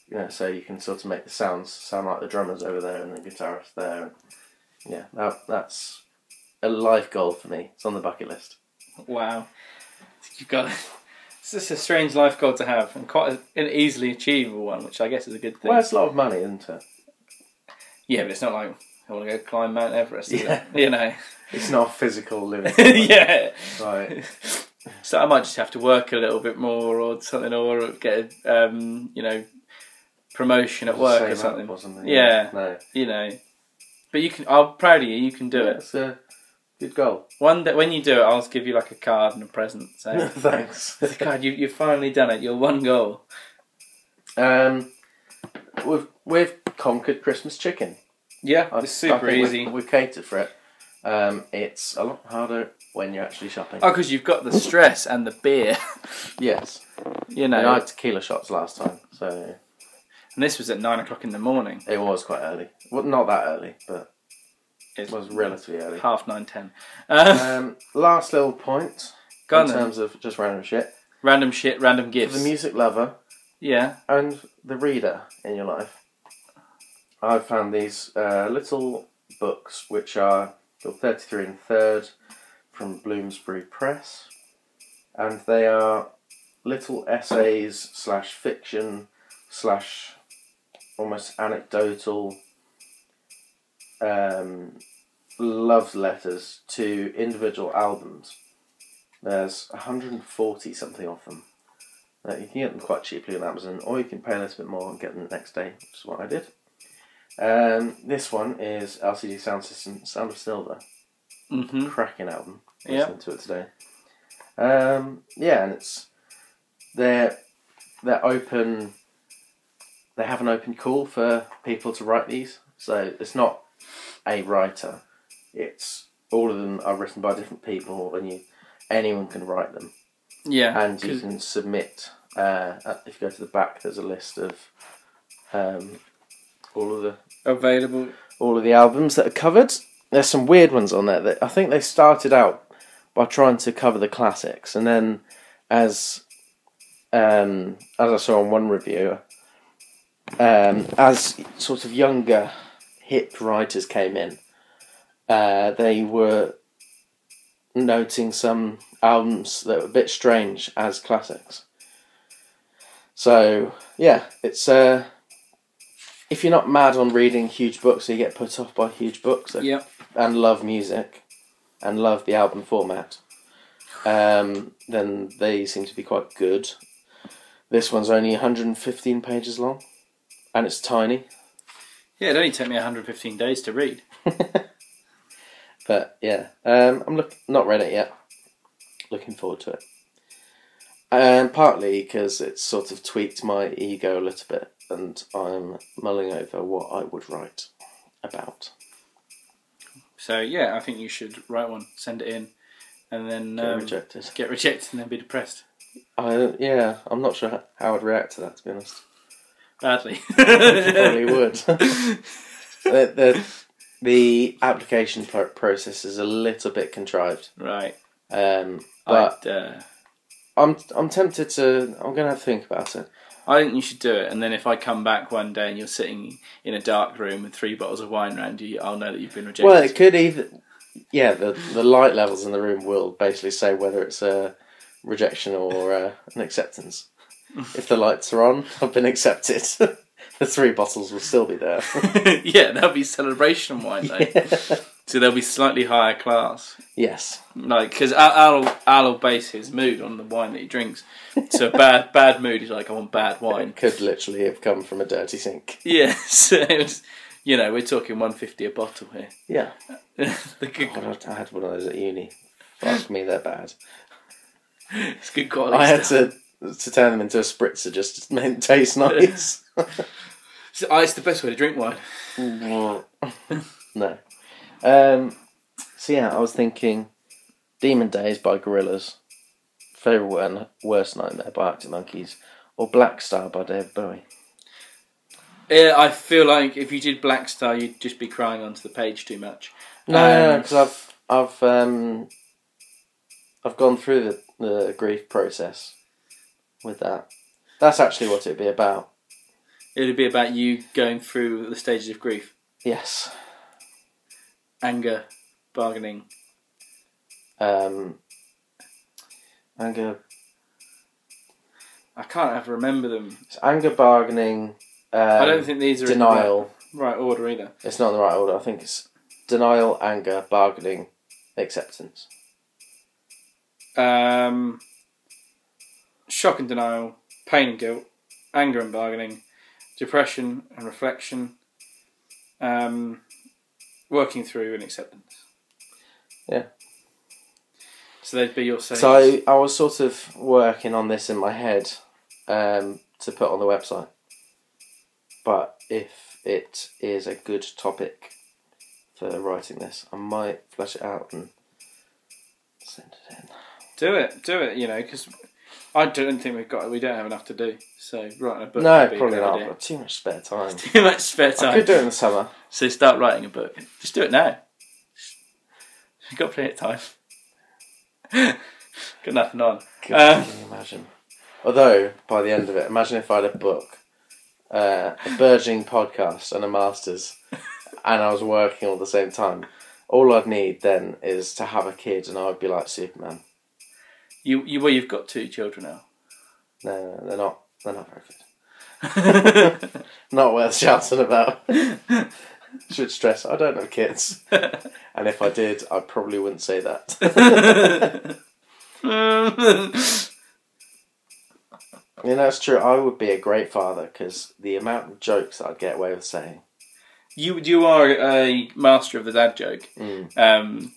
Speaker 2: you know, so you can sort of make the sounds sound like the drummers over there and the guitarist there. Yeah, that, that's a life goal for me. It's on the bucket list.
Speaker 3: Wow, you've got. It's just a strange life goal to have, and quite a, an easily achievable one, which I guess is a good thing.
Speaker 2: Well, it's a lot of money, isn't it?
Speaker 3: Yeah, but it's not like I want to go climb Mount Everest. is
Speaker 2: Yeah.
Speaker 3: it? You know.
Speaker 2: It's not physical living.
Speaker 3: yeah.
Speaker 2: Right.
Speaker 3: So I might just have to work a little bit more or something, or get a, um, you know, promotion at work
Speaker 2: Same
Speaker 3: or
Speaker 2: up
Speaker 3: something.
Speaker 2: or something.
Speaker 3: Yeah.
Speaker 2: No.
Speaker 3: You know. But you can. I'm proud of you. You can do it.
Speaker 2: That's a good goal.
Speaker 3: One day when you do it, I'll give you like a card and a present. So,
Speaker 2: Thanks.
Speaker 3: God, you you've finally done it. Your one goal.
Speaker 2: um, we've we've conquered Christmas chicken.
Speaker 3: Yeah,
Speaker 2: I-
Speaker 3: it's
Speaker 2: I
Speaker 3: super
Speaker 2: think
Speaker 3: easy.
Speaker 2: We've, we've catered for it. Um, it's a lot harder when you're actually shopping.
Speaker 3: Oh, because you've got the stress and the beer.
Speaker 2: Yes.
Speaker 3: you
Speaker 2: And
Speaker 3: know,
Speaker 2: I had tequila shots last time, so
Speaker 3: and this was at nine o'clock in the morning.
Speaker 2: it was quite early. Well, not that early, but
Speaker 3: It
Speaker 2: it was relatively early.
Speaker 3: half nine ten. Um,
Speaker 2: Um, last little point
Speaker 3: go on
Speaker 2: in
Speaker 3: then.
Speaker 2: terms of just random shit.
Speaker 3: Random shit, random
Speaker 2: For
Speaker 3: gifts.
Speaker 2: the music lover
Speaker 3: yeah.
Speaker 2: and the reader in your life, I've found these uh, little books which are the 33 and 3rd from Bloomsbury Press, and they are little essays slash fiction slash almost anecdotal um, love letters to individual albums. There's 140 something of them. Uh, you can get them quite cheaply on Amazon, or you can pay a little bit more and get them the next day, which is what I did. Um, this one is LCD Sound System Sound of Silver,
Speaker 3: Mm-hmm.
Speaker 2: cracking album.
Speaker 3: Yeah.
Speaker 2: Listening to it today. Um, yeah, and it's they're they're open. They have an open call for people to write these, so it's not a writer. It's all of them are written by different people, and you anyone can write them
Speaker 3: Yeah.
Speaker 2: and you
Speaker 3: 'cause-
Speaker 2: can submit. Uh, at- if you go to the back, there's a list of um, all of the
Speaker 3: available.
Speaker 2: all of the albums that are covered. There's some weird ones on there. That I think they started out by trying to cover the classics, and then as um, as I saw on one review, um, as sort of younger hip writers came in, uh, they were noting some albums that were a bit strange as classics. So yeah, it's uh, if you're not mad on reading huge books, so you get put off by huge books
Speaker 3: Yeah.
Speaker 2: and love music and love the album format, um, then they seem to be quite good. This one's only 115 pages long, and it's tiny.
Speaker 3: Yeah. It only took me 115 days to read.
Speaker 2: But yeah, um, I'm look not read it yet. Looking forward to it, and partly because it's sort of tweaked my ego a little bit, and I'm mulling over what I would write about.
Speaker 3: So yeah, I think you should write one, send it in, and then
Speaker 2: Get
Speaker 3: um,
Speaker 2: rejected.
Speaker 3: get rejected and then be depressed
Speaker 2: I yeah, I'm not sure how I'd react to that. To be honest,
Speaker 3: badly.
Speaker 2: You probably would. the, the the application pro- process is a little bit contrived.
Speaker 3: right.
Speaker 2: Um, but
Speaker 3: I'd, uh,
Speaker 2: I'm I'm tempted to. I'm gonna have to think about it.
Speaker 3: I think you should do it, and then if I come back one day and you're sitting in a dark room with three bottles of wine round you, I'll know that you've been rejected.
Speaker 2: Well, it could either. Yeah, the the light levels in the room will basically say whether it's a rejection or uh, an acceptance. If the lights are on, I've been accepted. the three bottles will still be there.
Speaker 3: yeah, that'll be celebration wine though. So they'll be slightly higher class,
Speaker 2: yes.
Speaker 3: like because Al Al- Al will base his mood on the wine that he drinks. So bad bad mood is like I want bad wine.
Speaker 2: Could literally have come from a dirty sink.
Speaker 3: Yeah, so it's- you know we're talking one fifty a bottle here.
Speaker 2: Yeah.
Speaker 3: the good,
Speaker 2: God, I I had one of those at uni. Fuck me, they're bad.
Speaker 3: it's good quality.
Speaker 2: I had
Speaker 3: stuff.
Speaker 2: to to turn them into a spritzer just to make them taste nice.
Speaker 3: So, oh, it's the best way to drink wine.
Speaker 2: no. Um, so yeah, I was thinking Demon Days by Gorillaz, Favourite Wor- Worst Nightmare by Arctic Monkeys, or Black Star by David Bowie.
Speaker 3: Yeah, I feel like if you did Black Star, you'd just be crying onto the page too much.
Speaker 2: No, no,
Speaker 3: Um,
Speaker 2: because I've I've um I've gone through the, the grief process with that. That's actually what it'd be about.
Speaker 3: It'd be about you going through the stages of grief,
Speaker 2: Yes.
Speaker 3: anger, bargaining,
Speaker 2: Um, anger,
Speaker 3: I can't ever remember them.
Speaker 2: it's anger bargaining. Um,
Speaker 3: Um, I don't think these are in the
Speaker 2: denial.
Speaker 3: right order either.
Speaker 2: It's not in the right order. I think it's denial, anger, bargaining, acceptance.
Speaker 3: Um, shock and denial, pain and guilt, anger and bargaining, depression and reflection, um, working through and acceptance.
Speaker 2: Yeah.
Speaker 3: So they'd be your sayings.
Speaker 2: So I, I was sort of working on this in my head um, to put on the website. But if it is a good topic for writing this, I might flesh it out and send it in.
Speaker 3: do it, do it. You know, because I don't think we've got, we don't have enough to do. So writing a book. would be
Speaker 2: no,
Speaker 3: a
Speaker 2: probably
Speaker 3: good
Speaker 2: not. I've
Speaker 3: idea.
Speaker 2: got too much spare time.
Speaker 3: Too much spare
Speaker 2: I
Speaker 3: time.
Speaker 2: could do it in the summer.
Speaker 3: So start writing a book. Just do it now. You've got plenty of time. got nothing on. Um,
Speaker 2: Can you imagine? Although, by the end of it, imagine if I had a book, uh, a burgeoning podcast, and a master's, and I was working all at the same time. All I'd need then is to have a kid, and I'd be like Superman.
Speaker 3: You, you well, you've got two children now.
Speaker 2: No, no, they're not. They're not very good. not worth shouting about. Should stress. I don't have kids, and if I did, I probably wouldn't say that. You know, it's true. I would be a great father because the amount of jokes that I'd get away with saying.
Speaker 3: you you are a master of the dad joke. Um,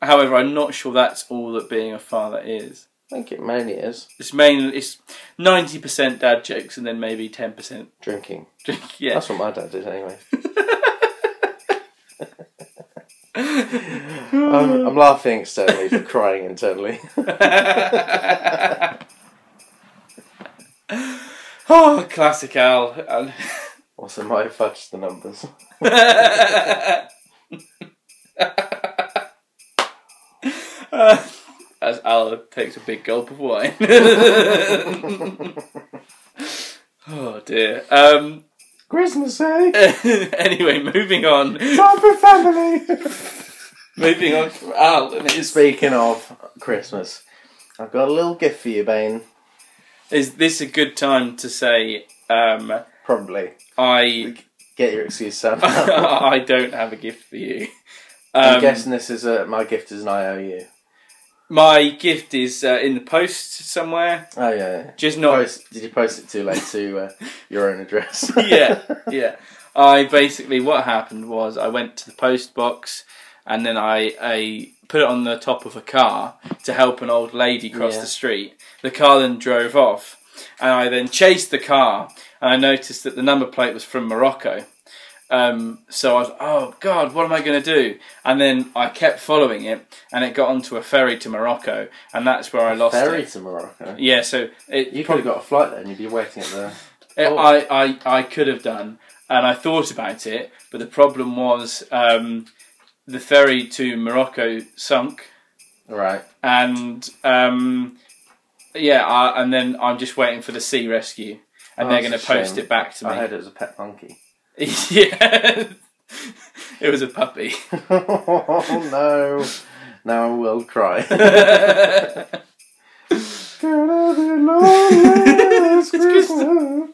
Speaker 3: however, I'm not sure that's all that being a father is.
Speaker 2: I think it mainly is
Speaker 3: It's mainly it's ninety percent dad jokes and then maybe ten percent
Speaker 2: drinking.
Speaker 3: drink. Yeah,
Speaker 2: That's what my dad did anyway. I'm, I'm laughing externally but crying internally.
Speaker 3: oh, classic Al. Al.
Speaker 2: Also, my fudge the numbers.
Speaker 3: As Al takes a big gulp of wine. oh dear. Um,
Speaker 2: Christmas, eh?
Speaker 3: anyway, moving on.
Speaker 2: Time for family.
Speaker 3: Moving on from Al and his
Speaker 2: Speaking of Christmas, I've got a little gift for you, Bane.
Speaker 3: Is this a good time to say um,
Speaker 2: Probably.
Speaker 3: I
Speaker 2: Get your excuse out. I'm
Speaker 3: I don't have a gift for you? Um,
Speaker 2: guessing this is a, my gift is an IOU.
Speaker 3: my gift is uh, in the post somewhere,
Speaker 2: Oh yeah. yeah.
Speaker 3: just not.
Speaker 2: Post, did you post it too late to uh, your own address?
Speaker 3: yeah, yeah. I basically what happened was I went to the post box and then I, I put it on the top of a car to help an old lady cross
Speaker 2: Yeah.
Speaker 3: the street. The car then drove off, and I then chased the car and I noticed that the number plate was from Morocco. Um, so I was, oh god, what am I going to do? And then I kept following it, and it got onto a ferry to Morocco, and that's where I lost
Speaker 2: Ferry
Speaker 3: it.
Speaker 2: to Morocco.
Speaker 3: Yeah, so it
Speaker 2: You could have got a flight then. You'd be waiting at the
Speaker 3: it-
Speaker 2: Oh.
Speaker 3: Eh, I, I, I could have done, and I thought about it, but the problem was um, the ferry to Morocco sunk,
Speaker 2: right.
Speaker 3: and um, yeah, I, and then I'm just waiting for the sea rescue, and
Speaker 2: Oh,
Speaker 3: they're
Speaker 2: that's
Speaker 3: going to
Speaker 2: a
Speaker 3: post
Speaker 2: shame.
Speaker 3: it back to me.
Speaker 2: I heard it was a pet monkey.
Speaker 3: yeah, it was a puppy.
Speaker 2: oh no! Now I will cry. Gonna be lonely this Christmas.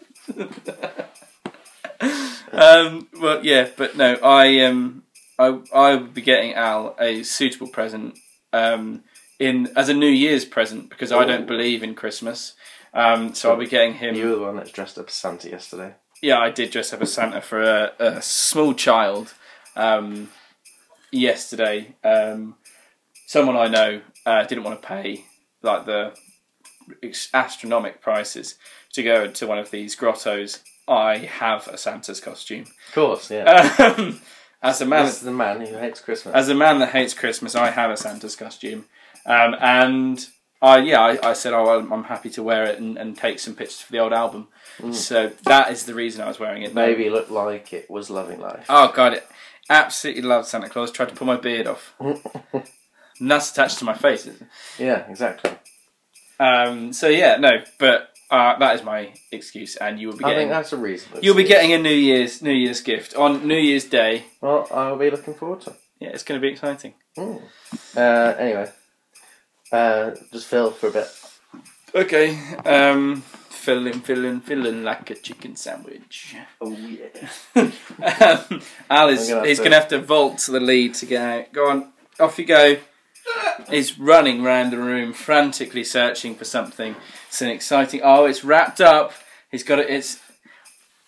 Speaker 3: um, well, yeah, but no, I um, I I would be getting Al a suitable present um, in as a New Year's present because I don't
Speaker 2: Ooh.
Speaker 3: believe in Christmas. Um, so I'll be getting him.
Speaker 2: You were the one that's dressed up as Santa yesterday.
Speaker 3: Yeah, I did dress up as Santa for a, a small child um, yesterday. Um, someone I know uh, didn't want to pay like the ex- astronomic prices to go to one of these grottos. I have a Santa's costume.
Speaker 2: Of course, yeah.
Speaker 3: Um, as a man,
Speaker 2: this is the man who hates Christmas.
Speaker 3: as a man that hates Christmas, I have a Santa's costume, um, and I yeah, I, I said, oh, I'm, I'm happy to wear it and, and take some pictures for the old album. So that is the reason I was wearing it.
Speaker 2: Maybe looked like it was loving life.
Speaker 3: Oh god, it absolutely loved Santa Claus. Tried to pull my beard off. and that's attached to my face. isn't it?
Speaker 2: Yeah, exactly.
Speaker 3: Um, so yeah, no, but uh, that is my excuse, and you will be
Speaker 2: I think
Speaker 3: getting
Speaker 2: that's a reasonable.
Speaker 3: you'll be
Speaker 2: excuse.
Speaker 3: getting a New Year's New Year's gift on New Year's Day.
Speaker 2: Well, I'll be looking forward to. it.
Speaker 3: Yeah, it's going to be exciting.
Speaker 2: Uh, anyway, uh, just feel for a bit.
Speaker 3: Okay. Um, Filling, filling, filling like a chicken sandwich.
Speaker 2: Oh yeah.
Speaker 3: um, Al is,
Speaker 2: I'm gonna have
Speaker 3: he's
Speaker 2: to-
Speaker 3: going to have to vault to the lead to get out. Go on, off you go. He's running round the room, frantically searching for something. It's an exciting. Oh, it's wrapped up. He's got it. It's.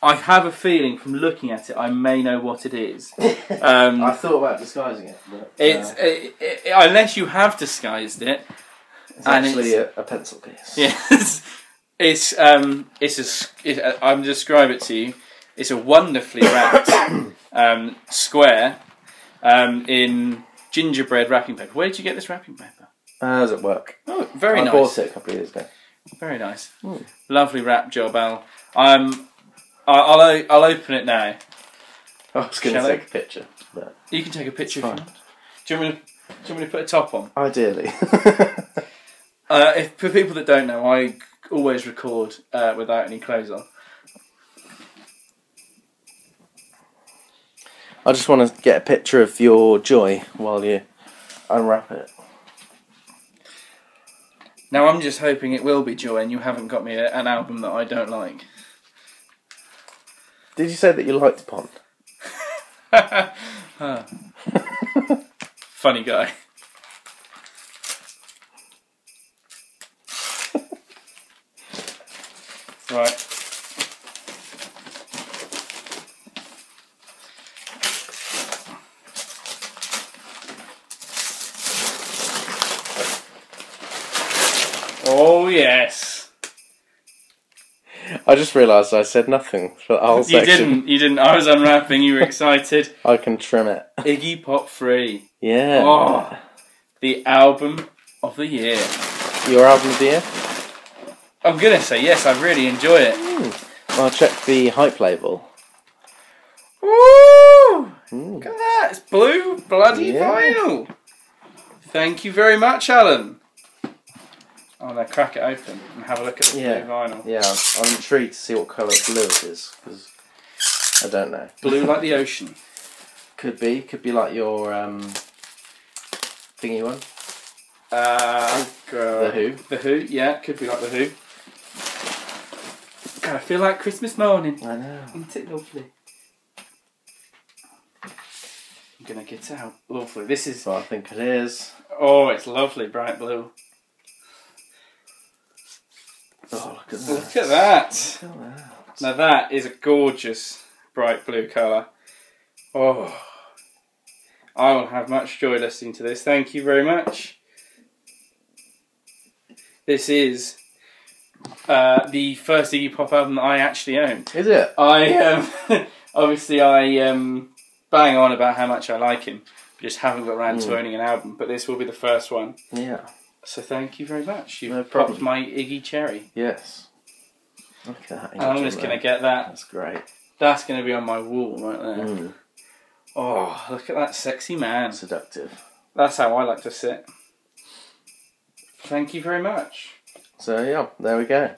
Speaker 3: I have a feeling from looking at it, I may know what it is.
Speaker 2: I
Speaker 3: Um,
Speaker 2: thought about disguising it, but
Speaker 3: it's
Speaker 2: uh,
Speaker 3: it, it, unless you have disguised it.
Speaker 2: it's
Speaker 3: and
Speaker 2: actually a, a pencil case.
Speaker 3: Yes, it's um, it's a. s- It, uh, I'm gonna describe it to you. It's a wonderfully wrapped um, square um, in gingerbread wrapping paper. Where did you get this wrapping paper?
Speaker 2: How does it work?
Speaker 3: Oh, very
Speaker 2: I
Speaker 3: nice.
Speaker 2: bought it a couple of years ago.
Speaker 3: Very nice. Lovely wrap job, Al. Um, I- I'll o- I'll open it now.
Speaker 2: I was going to
Speaker 3: Shall I?
Speaker 2: take a picture, but
Speaker 3: You can take a picture. If you
Speaker 2: Fine.
Speaker 3: want. Do you want me to? Do you want me to put a top on?
Speaker 2: ideally,
Speaker 3: Uh, if, for people that don't know, I always record uh, without any clothes on.
Speaker 2: I just want to get a picture of your joy while you unwrap it.
Speaker 3: Now I'm just hoping it will be joy, and you haven't got me a, an album that I don't like.
Speaker 2: Did you say that you liked Pond?
Speaker 3: Funny guy. right. Oh yes.
Speaker 2: I just realised I said nothing for the whole
Speaker 3: You
Speaker 2: section.
Speaker 3: didn't. You didn't. I was unwrapping. You were excited.
Speaker 2: I can trim it.
Speaker 3: Iggy Pop Free.
Speaker 2: Yeah.
Speaker 3: Oh, the album of the year.
Speaker 2: Your album of the year?
Speaker 3: I'm gonna say yes. I really enjoy it.
Speaker 2: I'll check the hype label.
Speaker 3: Woo!
Speaker 2: Mm.
Speaker 3: Look at that. It's blue bloody
Speaker 2: Yeah.
Speaker 3: vinyl. Thank you very much, Alan. I'm gonna crack it open and have a look at the
Speaker 2: Yeah.
Speaker 3: blue vinyl.
Speaker 2: Yeah, I'm- I'm intrigued to see what colour blue it is because I don't know.
Speaker 3: Blue like the ocean.
Speaker 2: Could be, could be like your um, thingy one.
Speaker 3: Uh,
Speaker 2: The Who.
Speaker 3: The Who. Yeah, could be like the Who. God, I feel like Christmas morning.
Speaker 2: I know.
Speaker 3: Isn't it lovely? I'm gonna get out. Lovely. This is.
Speaker 2: So I think it is.
Speaker 3: Oh, it's lovely, bright blue.
Speaker 2: Oh, look
Speaker 3: Look at
Speaker 2: at that.
Speaker 3: that.
Speaker 2: Look at that.
Speaker 3: Now that is a gorgeous bright blue colour. Oh, I will have much joy listening to this. Thank you very much. This is uh, the first Iggy Pop album that I actually own.
Speaker 2: Is it?
Speaker 3: I um, obviously I um, bang on about how much I like him, just haven't got around
Speaker 2: Hmm.
Speaker 3: to owning an album. But this will be the first one.
Speaker 2: Yeah.
Speaker 3: So thank you very much. You've
Speaker 2: No
Speaker 3: popped
Speaker 2: problem.
Speaker 3: my Iggy cherry.
Speaker 2: Yes. Look at that.
Speaker 3: And I'm just
Speaker 2: there.
Speaker 3: gonna get that.
Speaker 2: That's great.
Speaker 3: That's gonna be on my wall right there.
Speaker 2: Mm.
Speaker 3: Oh, look at that sexy man.
Speaker 2: Seductive.
Speaker 3: That's how I like to sit. Thank you very much.
Speaker 2: So yeah, there we go.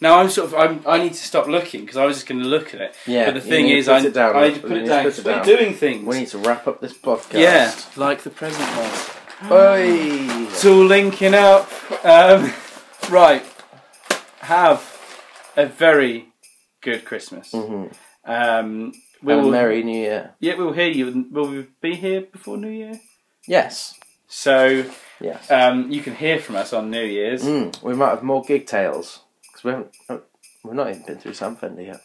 Speaker 3: Now I'm sort of I'm, I need to stop looking because I was just going to look at it.
Speaker 2: Yeah.
Speaker 3: but the
Speaker 2: you
Speaker 3: thing
Speaker 2: need to
Speaker 3: is,
Speaker 2: put
Speaker 3: I,
Speaker 2: it down.
Speaker 3: I need to put
Speaker 2: You
Speaker 3: it down.
Speaker 2: put it down.
Speaker 3: We're doing things.
Speaker 2: We need to wrap up this podcast.
Speaker 3: yeah, like the present was.
Speaker 2: Oi.
Speaker 3: It's all linking up. Um, right. Have a very good Christmas.
Speaker 2: Mhm.
Speaker 3: Um, we
Speaker 2: And a
Speaker 3: will.
Speaker 2: Merry New Year.
Speaker 3: Yeah, we'll hear you. Will we be here before New Year?
Speaker 2: Yes.
Speaker 3: So
Speaker 2: Yes.
Speaker 3: um, you can hear from us on New Year's.
Speaker 2: Mm, we might have more gig tales because we haven't. oh, We've not even been through Sam Fender yet.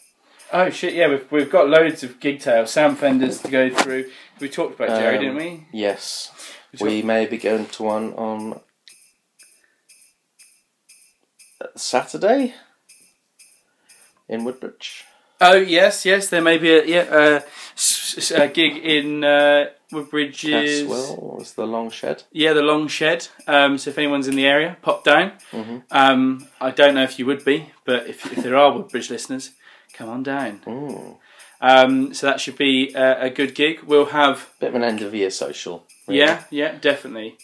Speaker 3: Oh shit! Yeah, we've we've got loads of gig tales, Sam Fenders to go through. We talked about Jerry,
Speaker 2: Um,
Speaker 3: didn't we?
Speaker 2: Yes.
Speaker 3: We
Speaker 2: We may be going to one on uh, Saturday in Woodbridge.
Speaker 3: Oh yes, yes. There may be a yeah uh, s- s- a gig in uh, Woodbridge's.
Speaker 2: Caswell is the long shed.
Speaker 3: Yeah, the Long Shed. Um, so if anyone's in the area, pop down.
Speaker 2: Mhm.
Speaker 3: Um, I don't know if you would be, but if if there are Woodbridge listeners, come on down.
Speaker 2: Mm.
Speaker 3: Um, so that should be a, a good gig. We'll have
Speaker 2: Bit of an end of year social. really.
Speaker 3: yeah yeah definitely.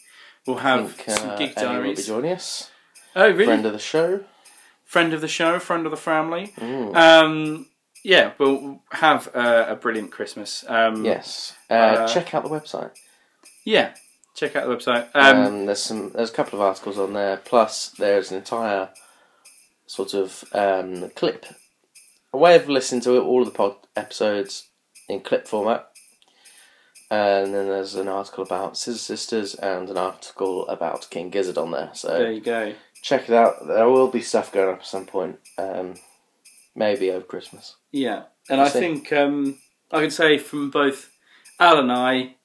Speaker 3: We'll
Speaker 2: I
Speaker 3: have
Speaker 2: think uh,
Speaker 3: some gig
Speaker 2: Ellie will be
Speaker 3: diaries.
Speaker 2: joining us.
Speaker 3: Oh really?
Speaker 2: Friend of the show.
Speaker 3: friend of the show, friend of the family.
Speaker 2: Mm.
Speaker 3: Um, yeah, we'll have uh, a, a brilliant Christmas. Um,
Speaker 2: Yes. Uh,
Speaker 3: uh,
Speaker 2: check out the website.
Speaker 3: yeah, check out the website.
Speaker 2: Um,
Speaker 3: Um,
Speaker 2: there's some. There's a couple of articles on there. Plus, there's an entire sort of um, clip, a way of listening to all of the pod episodes in clip format. And then there's an article about Scissor Sisters and an article about King Gizzard on there. So
Speaker 3: There you go.
Speaker 2: check it out. There will be stuff going up at some point, um, maybe over Christmas.
Speaker 3: Yeah, and I
Speaker 2: see.
Speaker 3: think um, I can say from both Al and I,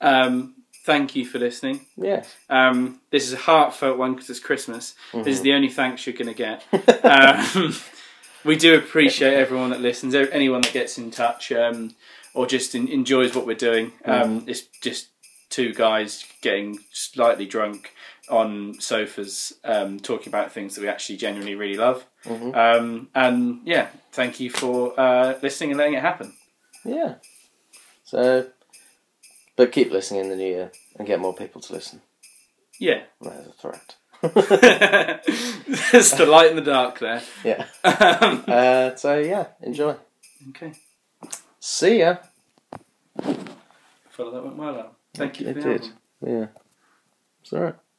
Speaker 3: um, thank you for listening.
Speaker 2: Yes.
Speaker 3: Um, this is a heartfelt one because it's Christmas. This
Speaker 2: Mm-hmm.
Speaker 3: is the only thanks you're going to get.
Speaker 2: Uh,
Speaker 3: um, we do appreciate everyone that listens, ev- anyone that gets in touch um, or just en enjoys what we're doing. Um, It's just two guys getting slightly drunk on sofas, um, talking about things that we actually genuinely really love. Um, and yeah, thank you for uh, listening and letting it happen.
Speaker 2: Yeah. So, but keep listening in the new year and get more people to listen.
Speaker 3: Yeah,
Speaker 2: There's a threat.
Speaker 3: it's the light in the dark there.
Speaker 2: Yeah.
Speaker 3: Um,
Speaker 2: Uh, so yeah, enjoy.
Speaker 3: okay.
Speaker 2: See ya.
Speaker 3: Follow that went well. Al. Thank you.
Speaker 2: It
Speaker 3: for the
Speaker 2: did.
Speaker 3: album.
Speaker 2: Yeah. It's alright.